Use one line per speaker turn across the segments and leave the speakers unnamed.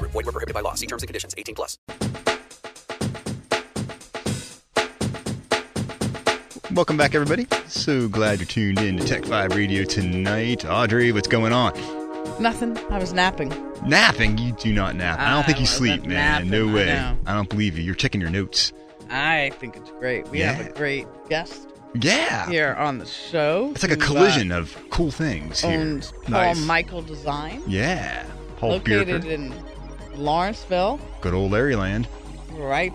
Void were prohibited by law. See terms and conditions. 18 plus.
Welcome back, everybody. So glad you're tuned in to Tech 5 Radio tonight. Audrey, what's going on?
Nothing. I was napping.
Napping? You do not nap. I don't
I
think you
wasn't
sleep, man.
napping,
no
I
way.
know.
I don't believe you. You're checking your notes.
I think it's great. We have
Yeah.
a great guest
Yeah.
here on the show.
It's like a
who, uh,
collision of cool things here.
Owns Paul Michael Design,
Yeah. Paul
located
Bierker.
in Lawrenceville,
Good old Larry Land.
right,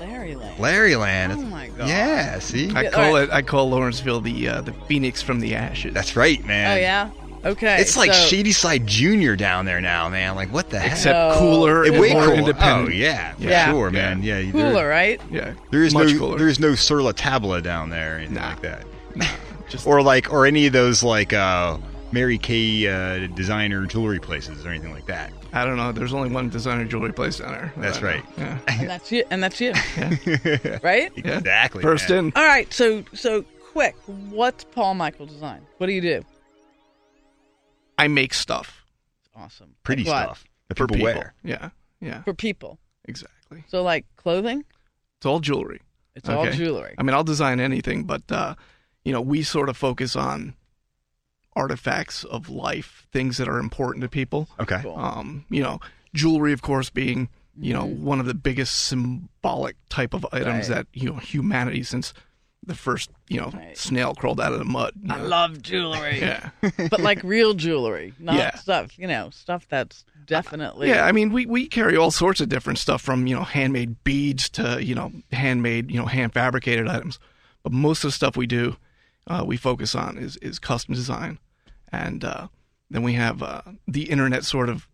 Larry Land.
Larry Land.
Oh
It's-
my God.
Yeah, see?
I
Yeah,
call
alright.
it. I call Lawrenceville the uh, the phoenix from the ashes.
That's right,
Oh
man.
yeah. Okay.
It's like
so-
Shady Side Jr. down there now, man. Like, what the heck?
except
No.
cooler
Oh. It-
and
way
more
cooler.
independent.
Oh, yeah. For
Yeah.
sure,
Yeah.
man. Yeah. there-
Cooler, right?
yeah.
There is
much
no
cooler.
there is no sur la table down there, or anything
Nah.
like that,
Just-
or like or any of those like uh, Mary Kay uh, designer jewelry places or anything like that.
I don't know. There's only one designer jewelry place down there.
That's
I don't
right.
know. Yeah.
And that's you. And that's you. right.
Yeah.
Exactly.
First
man.
in.
All right. So so quick. What's Paul Michael Design? What do you do?
I make stuff
Awesome. Like
pretty
what?
stuff that
for
people,
people.
wear.
Yeah. Yeah.
for people.
Exactly.
So like clothing.
It's all jewelry.
It's all
Okay.
jewelry.
I mean, I'll design anything, but uh, you know, we sort of focus on artifacts of life, things that are important to people.
Okay.
Cool.
um, you know, jewelry, of course, being you know one of the biggest symbolic type of items
Mm-hmm. Right.
that you know humanity since the first you know
Right.
snail crawled out of the mud. you
I
know.
love jewelry.
Yeah,
but like real jewelry, not
Yeah.
stuff, you know, stuff that's definitely
yeah. I mean, we, we carry all sorts of different stuff from you know handmade beads to you know handmade you know hand fabricated items, but most of the stuff we do, uh, we focus on is is custom design, and uh, then we have uh, the internet sort of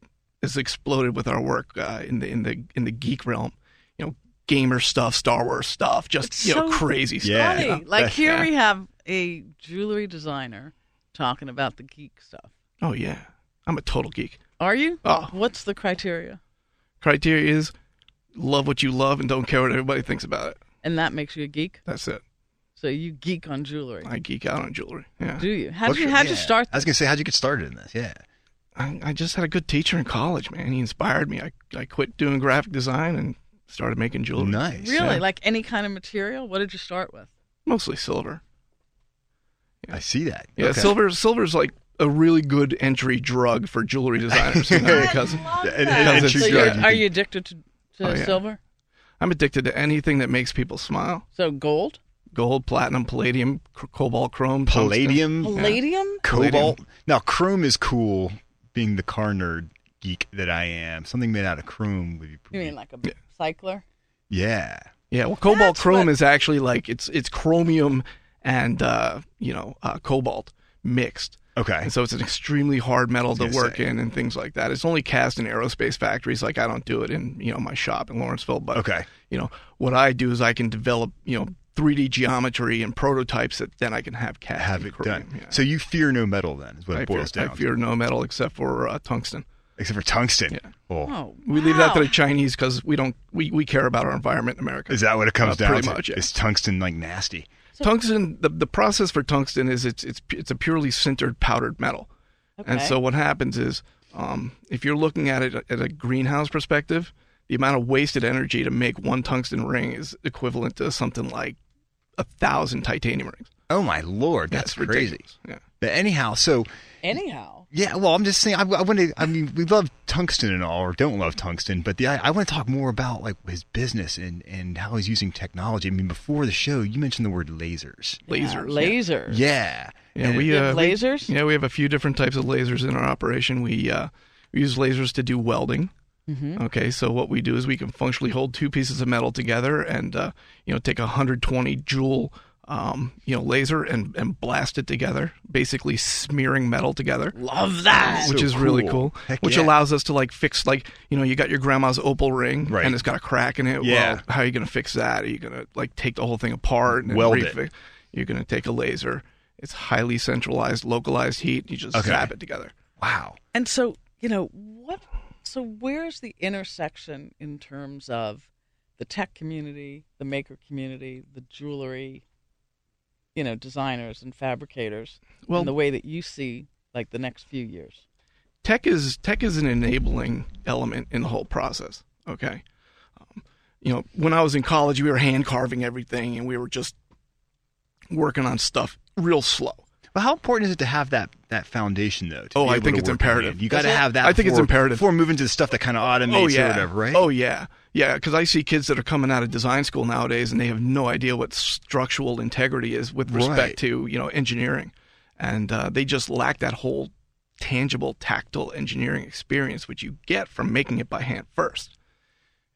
has exploded with our work uh, in the in the in the geek realm. You know, gamer stuff, Star Wars stuff, just
It's
you know
so
crazy
Yeah.
stuff. you
funny.
know?
Like here we have a jewelry designer talking about the geek stuff.
Oh yeah, I'm a total geek.
Are you?
Oh.
What's the criteria?
Criteria is love what you love and don't care what everybody thinks about it.
And that makes you a geek.
That's it.
So you geek on jewelry.
I geek out on jewelry. Yeah.
Do you? How would
What's
you
your-
how would you
yeah.
start?
I was gonna say, how'd you get started in this? Yeah.
I, I just had a good teacher in college, man. He inspired me. I, I quit doing graphic design and started making jewelry.
Nice.
really
yeah.
like any kind of material? What did you start with?
Mostly silver.
I see that.
Yeah,
Okay.
silver silver's like a really good entry drug for jewelry designers you know, because
And- and-
that.
and true
So
So
Sure.
you're,
drug,
are
can-
you addicted to, to
Oh, yeah.
silver?
I'm addicted to anything that makes people smile.
So gold,
Gold, platinum, palladium, c- cobalt, chrome, tungsten.
palladium,
palladium.
cobalt? Now chrome is cool. Being the car nerd geek that I am, something made out of chrome would be.
You mean like a cycler?
yeah.
Yeah, well, cobalt
That's
chrome
what-
is actually like it's it's chromium and uh, you know uh, cobalt mixed.
Okay.
And so it's an extremely hard metal to
gonna
work
say.
in and things like that. It's only cast in aerospace factories. Like I don't do it in you know my shop in Lawrenceville, but
Okay.
you know what I do is I can develop you know 3D geometry and prototypes that then I can have cast.
Have
in
it
Korea.
done.
Yeah.
So you fear no metal then, is what
I
it boils
fear,
down
I
to.
fear no metal except for uh, tungsten.
except for tungsten.
Yeah.
Oh,
Oh,
We leave that to
wow.
the Chinese because we don't we, we care about our environment in America.
is that what it comes
Uh,
down
pretty
to?
much, yeah.
Is tungsten like nasty?
tungsten the, the process for tungsten is it's it's it's a purely sintered powdered metal and
Okay.
so what happens is um, if you're looking at it at a greenhouse perspective the amount of wasted energy to make one tungsten ring is equivalent to something like a thousand titanium rings
Oh my lord, that's,
that's,
crazy.
ridiculous yeah
But anyhow, so
Anyhow,
yeah, well, I'm just saying. I, I want to. I mean, we love tungsten and all, or don't love tungsten, but the I, I want to talk more about like his business and and how he's using technology. I mean, before the show, you mentioned the word lasers.
lasers
Yeah, lasers.
Yeah,
yeah,
And-
we
You have
uh, we-
lasers?
yeah we have a few different types of lasers in our operation we uh, we use lasers to do welding
Mm-hmm.
Okay, so what we do is we can functionally hold two pieces of metal together and uh, you know take a 120 joule um, you know, laser and, and blast it together, basically smearing metal together
Love that.
which
So
is really
cool.
cool.
Heck
which
yeah.
allows us to like fix like you know you got your grandma's opal ring
Right.
and it's got a crack in it.
Yeah.
Well, how are you going to fix that? Are you going to like take the whole thing apart and then
Weld it.
refi- You're going to take a laser. It's highly centralized, localized heat. You just
Okay.
zap it together.
Wow.
And so, you know, what so where's the intersection in terms of the tech community, the maker community, the jewelry, you know, designers and fabricators well,
Well-
and the way that you see like the next few years?
tech is tech is an enabling element in the whole process. Okay, um, you know, when I was in college, we were hand carving everything, and we were just working on stuff real slow.
But how important is it to have that that foundation though? to
Oh,
be
I
able
think
to
it's
work in
imperative.
hand? You got to
That's it.
have that.
I think it's
before-
imperative.
before moving to the stuff that kind of automates or whatever, right?
Oh yeah, yeah. Because I see kids that are coming out of design school nowadays, and they have no idea what structural integrity is with respect
Right.
to you know engineering, and uh, they just lack that whole tangible, tactile engineering experience which you get from making it by hand first.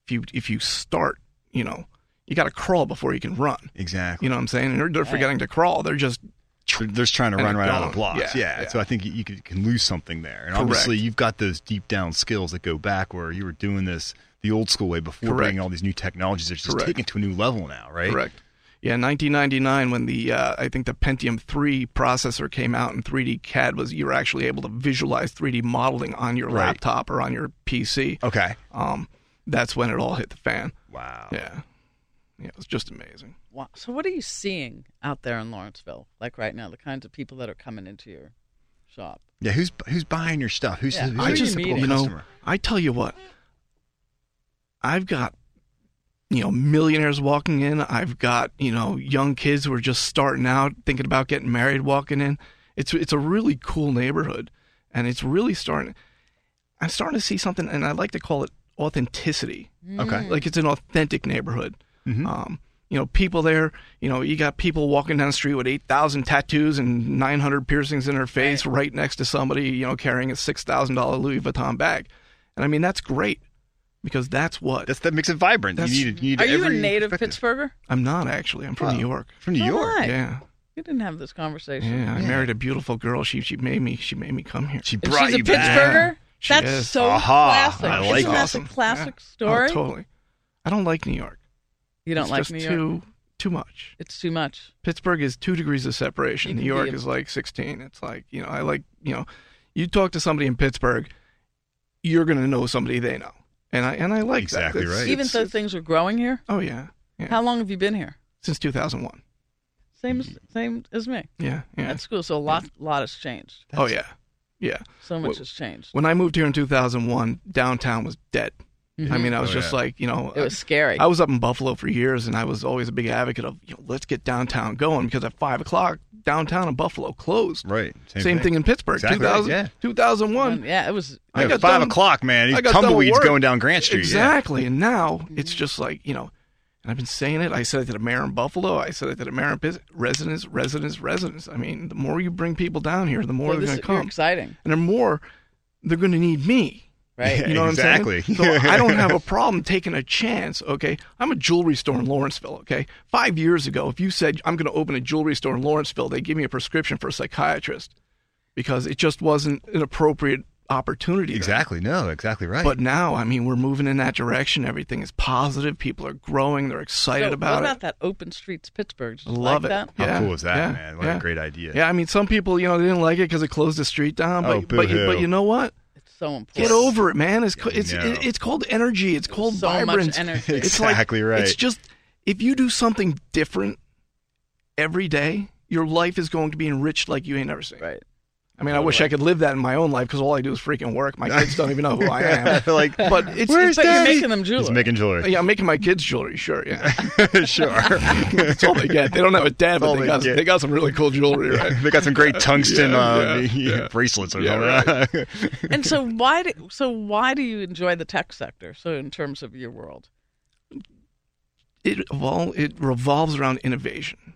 If you if you start, you know, you got to crawl before you can run.
exactly.
You know what I'm saying? And they're, they're forgetting to crawl. They're just
They're, they're just trying to
And
run
it
right out of
don't.
blocks. Yeah,
Yeah, yeah.
So I think you- you could, can lose something there. And obviously,
Correct.
you've got those deep down skills that go back where you were doing this the old school way before
Correct.
bringing all these new technologies that's just
Correct.
taken to a new level now, right?
Correct. Yeah, 1999 when the uh, I think the Pentium 3 processor came out in 3D CAD was you were actually able to visualize 3D modeling on your
Right.
laptop or on your PC.
Okay.
Um, that's when it all hit the fan.
Wow.
Yeah, yeah, it was just amazing.
Wow. So what are you seeing out there in Lawrenceville like right now, the kinds of people that are coming into your shop?
Yeah, who's who's buying your stuff? Who's,
Yeah,
who's
who
your
are you
typical
meeting?
you know,
customer?
I tell you what, I've got you know millionaires walking in. I've got you know young kids who are just starting out, thinking about getting married, walking in. It's it's a really cool neighborhood, and it's really starting. I'm starting to see something, and I like to call it authenticity.
Mm.
Okay.
Like it's an authentic neighborhood.
Mm-hmm.
Um, you know, people there. You know, you got people walking down the street with eight thousand tattoos and nine hundred piercings in their face, right. next to somebody you know carrying a six thousand dollar Louis Vuitton bag, and I mean that's great because that's what
That's that makes it vibrant. You
That's-
need, you need
Are you a
every
native
perspective.
Pittsburgher?
I'm not actually. I'm from
Wow.
New York.
From New
Oh,
York.
nice. Right.
Yeah,
We didn't have this conversation.
yeah. I
Yeah.
married a beautiful girl. She she made me she made me come here.
She
And
brought
she's a
you back.
Pittsburgher?
She
That's
is.
so
Aha,
classic.
I
Isn't
like
that
it.
the classic
Yeah.
story?
Oh, totally. I don't like New York.
You don't
it's
like
just
New York?
too too much.
It's too much.
Pittsburgh is two degrees of separation.
You
New
can
York
be a-
is like 16. It's like, you know, I like, you know, you talk to somebody in Pittsburgh, you're going to know somebody they know. And I, and I like
Exactly
that. It's-
right.
it's-
Even though things are growing here,
oh, yeah. yeah.
how long have you been here?
Since 2001.
Same, as, same as me.
Yeah. Mm-hmm. Yeah.
At school, so a lot, lot has changed.
oh, yeah. Yeah.
So much
Wh-
has changed.
When I moved here in 2001, downtown was dead. I mean, I was
Oh,
just
yeah.
like, you know,
Mm-hmm. It was scary.
I was up in Buffalo for years, and I was always a big advocate of, you know, let's get downtown going because at five o'clock, downtown in Buffalo closed.
Right.
Same, thing. in Pittsburgh.
Exactly right,
2000,
yeah.
2001.
yeah, it was.
I
Like
got
five
done-
o'clock, man. These
I got done with
tumbleweeds
work.
going down Grant Street. yeah.
Exactly. And now it's just like, you know, and I've been saying it. I said it to the mayor in Buffalo. I said it to the mayor in Pis- residents, residents, residents. I mean, the more you bring people down here, the more
so
they're
this
going
is
to come.
exciting,
and the more they're going to need me.
right?
Yeah.
You know
Exactly.
what I'm saying? So I don't have a problem taking a chance, okay? I'm a jewelry store in Lawrenceville, okay? Five years ago, if you said I'm going to open a jewelry store in Lawrenceville, they give me a prescription for a psychiatrist because it just wasn't an appropriate opportunity. then.
Exactly. No, exactly right.
But now, I mean, we're moving in that direction. Everything is positive. People are growing. They're
So
excited
what
about,
about
it.
that open streets Pittsburgh? Did you
Love
like
it.
that?
How
Yeah,
cool is that,
yeah,
man? What a
yeah.
great idea.
Yeah, I mean, some people, you know, they didn't like it because it closed the street down. But,
Oh,
but, you,
boo-hoo.
but you know what?
It's so important.
Get over it, man. It's co-
Yeah,
it's
no.
it, it's called energy. It's called
so much
vibrance.
energy.
It's like-
Exactly right.
It's just if you do something different every day, your life is going to be enriched like you ain't never seen.
Right.
I mean, I wish I could live that in my own life because all I do is freaking work. My kids don't even know who I am.
like,
But it's,
Where's
it's
But you're
Daddy-
making them
he's
jewelry.
making jewelry.
yeah, I'm making my kids jewelry. Sure, yeah.
sure.
That's all they get. Oh They don't have a dad,
all they
but they got,
get.
they got some really cool jewelry, right?
they got some great tungsten
Yeah,
uh,
yeah, yeah.
bracelets or
Yeah,
something.
and so why do so why do you enjoy the tech sector? So in terms of your world,
It evol- it revolves around innovation,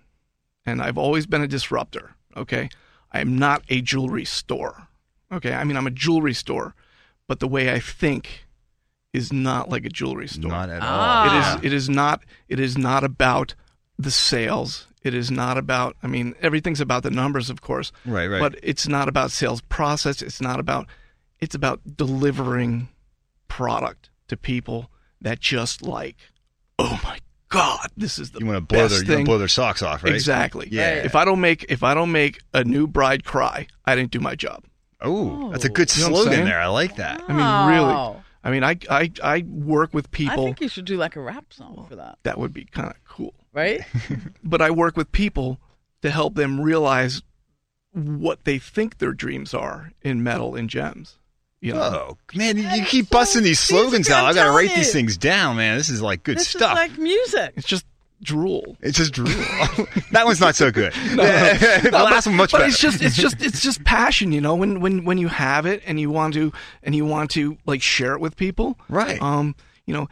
and I've always been a disruptor. Okay, I am not a jewelry store. Okay, I mean I'm a jewelry store, but the way I think is not like a jewelry store.
Not at all.
Ah.
It is it is not it is not about the sales. It is not about, I mean, everything's about the numbers, of course.
Right, right.
But it's not about sales process. It's not about, it's about delivering product to people that just like, oh my God, this is the
you want to blow their
best
you want to
thing.
blow their socks off, right?
Exactly.
Yeah.
If I don't make if I don't make a new bride cry, I didn't do my job.
Oh, that's a good
You know what I'm
slogan
saying?
there. I like that.
I mean, really.
Wow.
I mean, I I, I work with
Oh. I
people
think you should do like a rap song for that,
that would be kind of cool.
right?
But I work with people to help them realize what they think their dreams are in metal and gems. You know,
Oh man, you- you
I'm
keep
so-
busting these
these
slogans
are-
out. I
I'm
gotta
telling
write these
you.
things down, man. This is like good
this
stuff.
is like music.
it's just drool.
it's just drool. that one's not so good. the
No,
last
but,
one much
but
better.
it's just it's just it's just passion, you know. When when when you have it and you want to and you want to like share it with people,
Right.
Um, you know,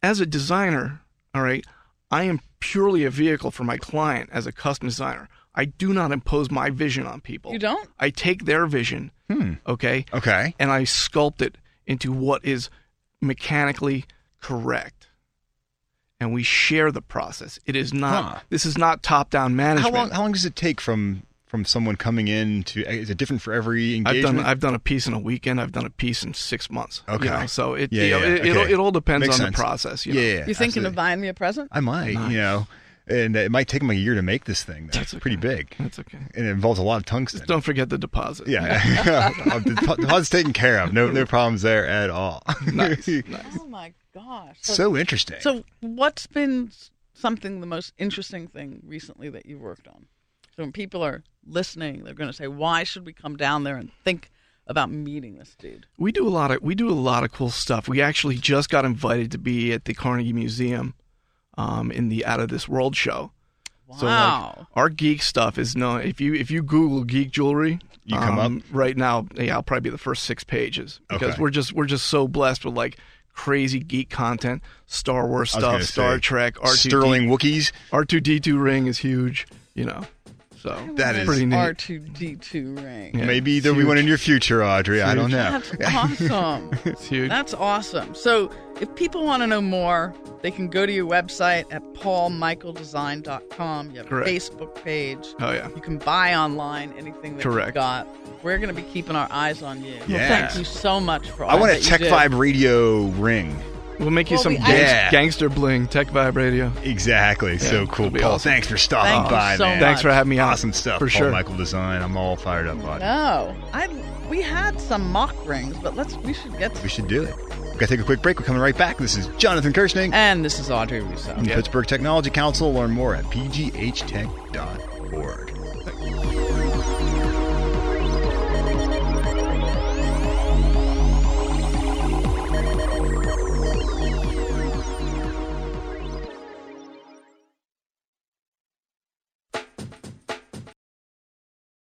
as a designer, all right, I am purely a vehicle for my client as a custom designer. I do not impose my vision on people.
You don't?
I take their vision,
Hmm.
okay,
okay.
and I sculpt it into what is mechanically correct. And we share the process. It is not.
Huh.
This is not top-down
How
management.
long? How long does it take from from someone coming in to? Is it different for every
I've
engagement?
done I've done a piece in a weekend. I've done a piece in six months. you
Okay.
know, so it
Yeah,
you know,
yeah,
it, it,
okay.
it all depends
Makes
on
sense.
the process. You
yeah,
know.
yeah,
you thinking
absolutely.
of buying me a present?
I might, you know, and it might take them a year to make this thing. That's
That's okay.
pretty big,
That's okay.
and it involves a lot of tungsten.
Don't forget the deposit.
yeah, Uh, the pod's taken care of. No, no problems there at all.
Nice, nice.
Oh my gosh.
so interesting.
so what's been s- something the most interesting thing recently that you've worked on? So when people are listening, they're going to say, "Why should we come down there and think about meeting this dude?"
We do a lot of we do a lot of cool stuff. We actually just got invited to be at the Carnegie Museum um, in the Out of This World show.
Wow.
So like, our geek stuff is known. If you if you Google geek jewelry,
You come
um, right now. Yeah, I'll probably be the first six pages because
Okay.
we're just we're just so blessed with like crazy geek content, Star Wars
I was gonna
stuff, Star
say,
Trek, R two
Sterling Wookiees.
R two D two ring is huge. You know, so
That is-
pretty neat.
R two D two ring.
Yeah,
Maybe
it's
there'll be one
huge.
in your future, Audrey. I don't
Huge.
know.
That's awesome.
It's huge.
That's awesome. So, if people want to know more, they can go to your website at paulmichaeldesign.com. You have a
Correct.
Facebook page.
Oh yeah.
You can buy online anything that
Correct.
you've got. We're going to be keeping our eyes on you.
Yeah.
Thank you so much for all
I want a
that you
Tech
do.
Vibe radio ring.
We'll make you
Well,
some
we-
gangs-
Yeah.
gangster bling, tech vibe radio.
Exactly. so cool,
it'll be
Paul.
awesome.
Thanks for stopping
Thank you
by,
so
man.
much.
Thanks for having me on.
Awesome stuff,
For
Paul
sure.
Michael Design. I'm all fired up on it.
No, I we had some mock rings, but let's we should get.
We should do it. We gotta take a quick break. We're coming right back. This is Jonathan Kirsting
And this is Audrey Rousseau.
from the Pittsburgh Technology Council. Learn more at pghtech.org.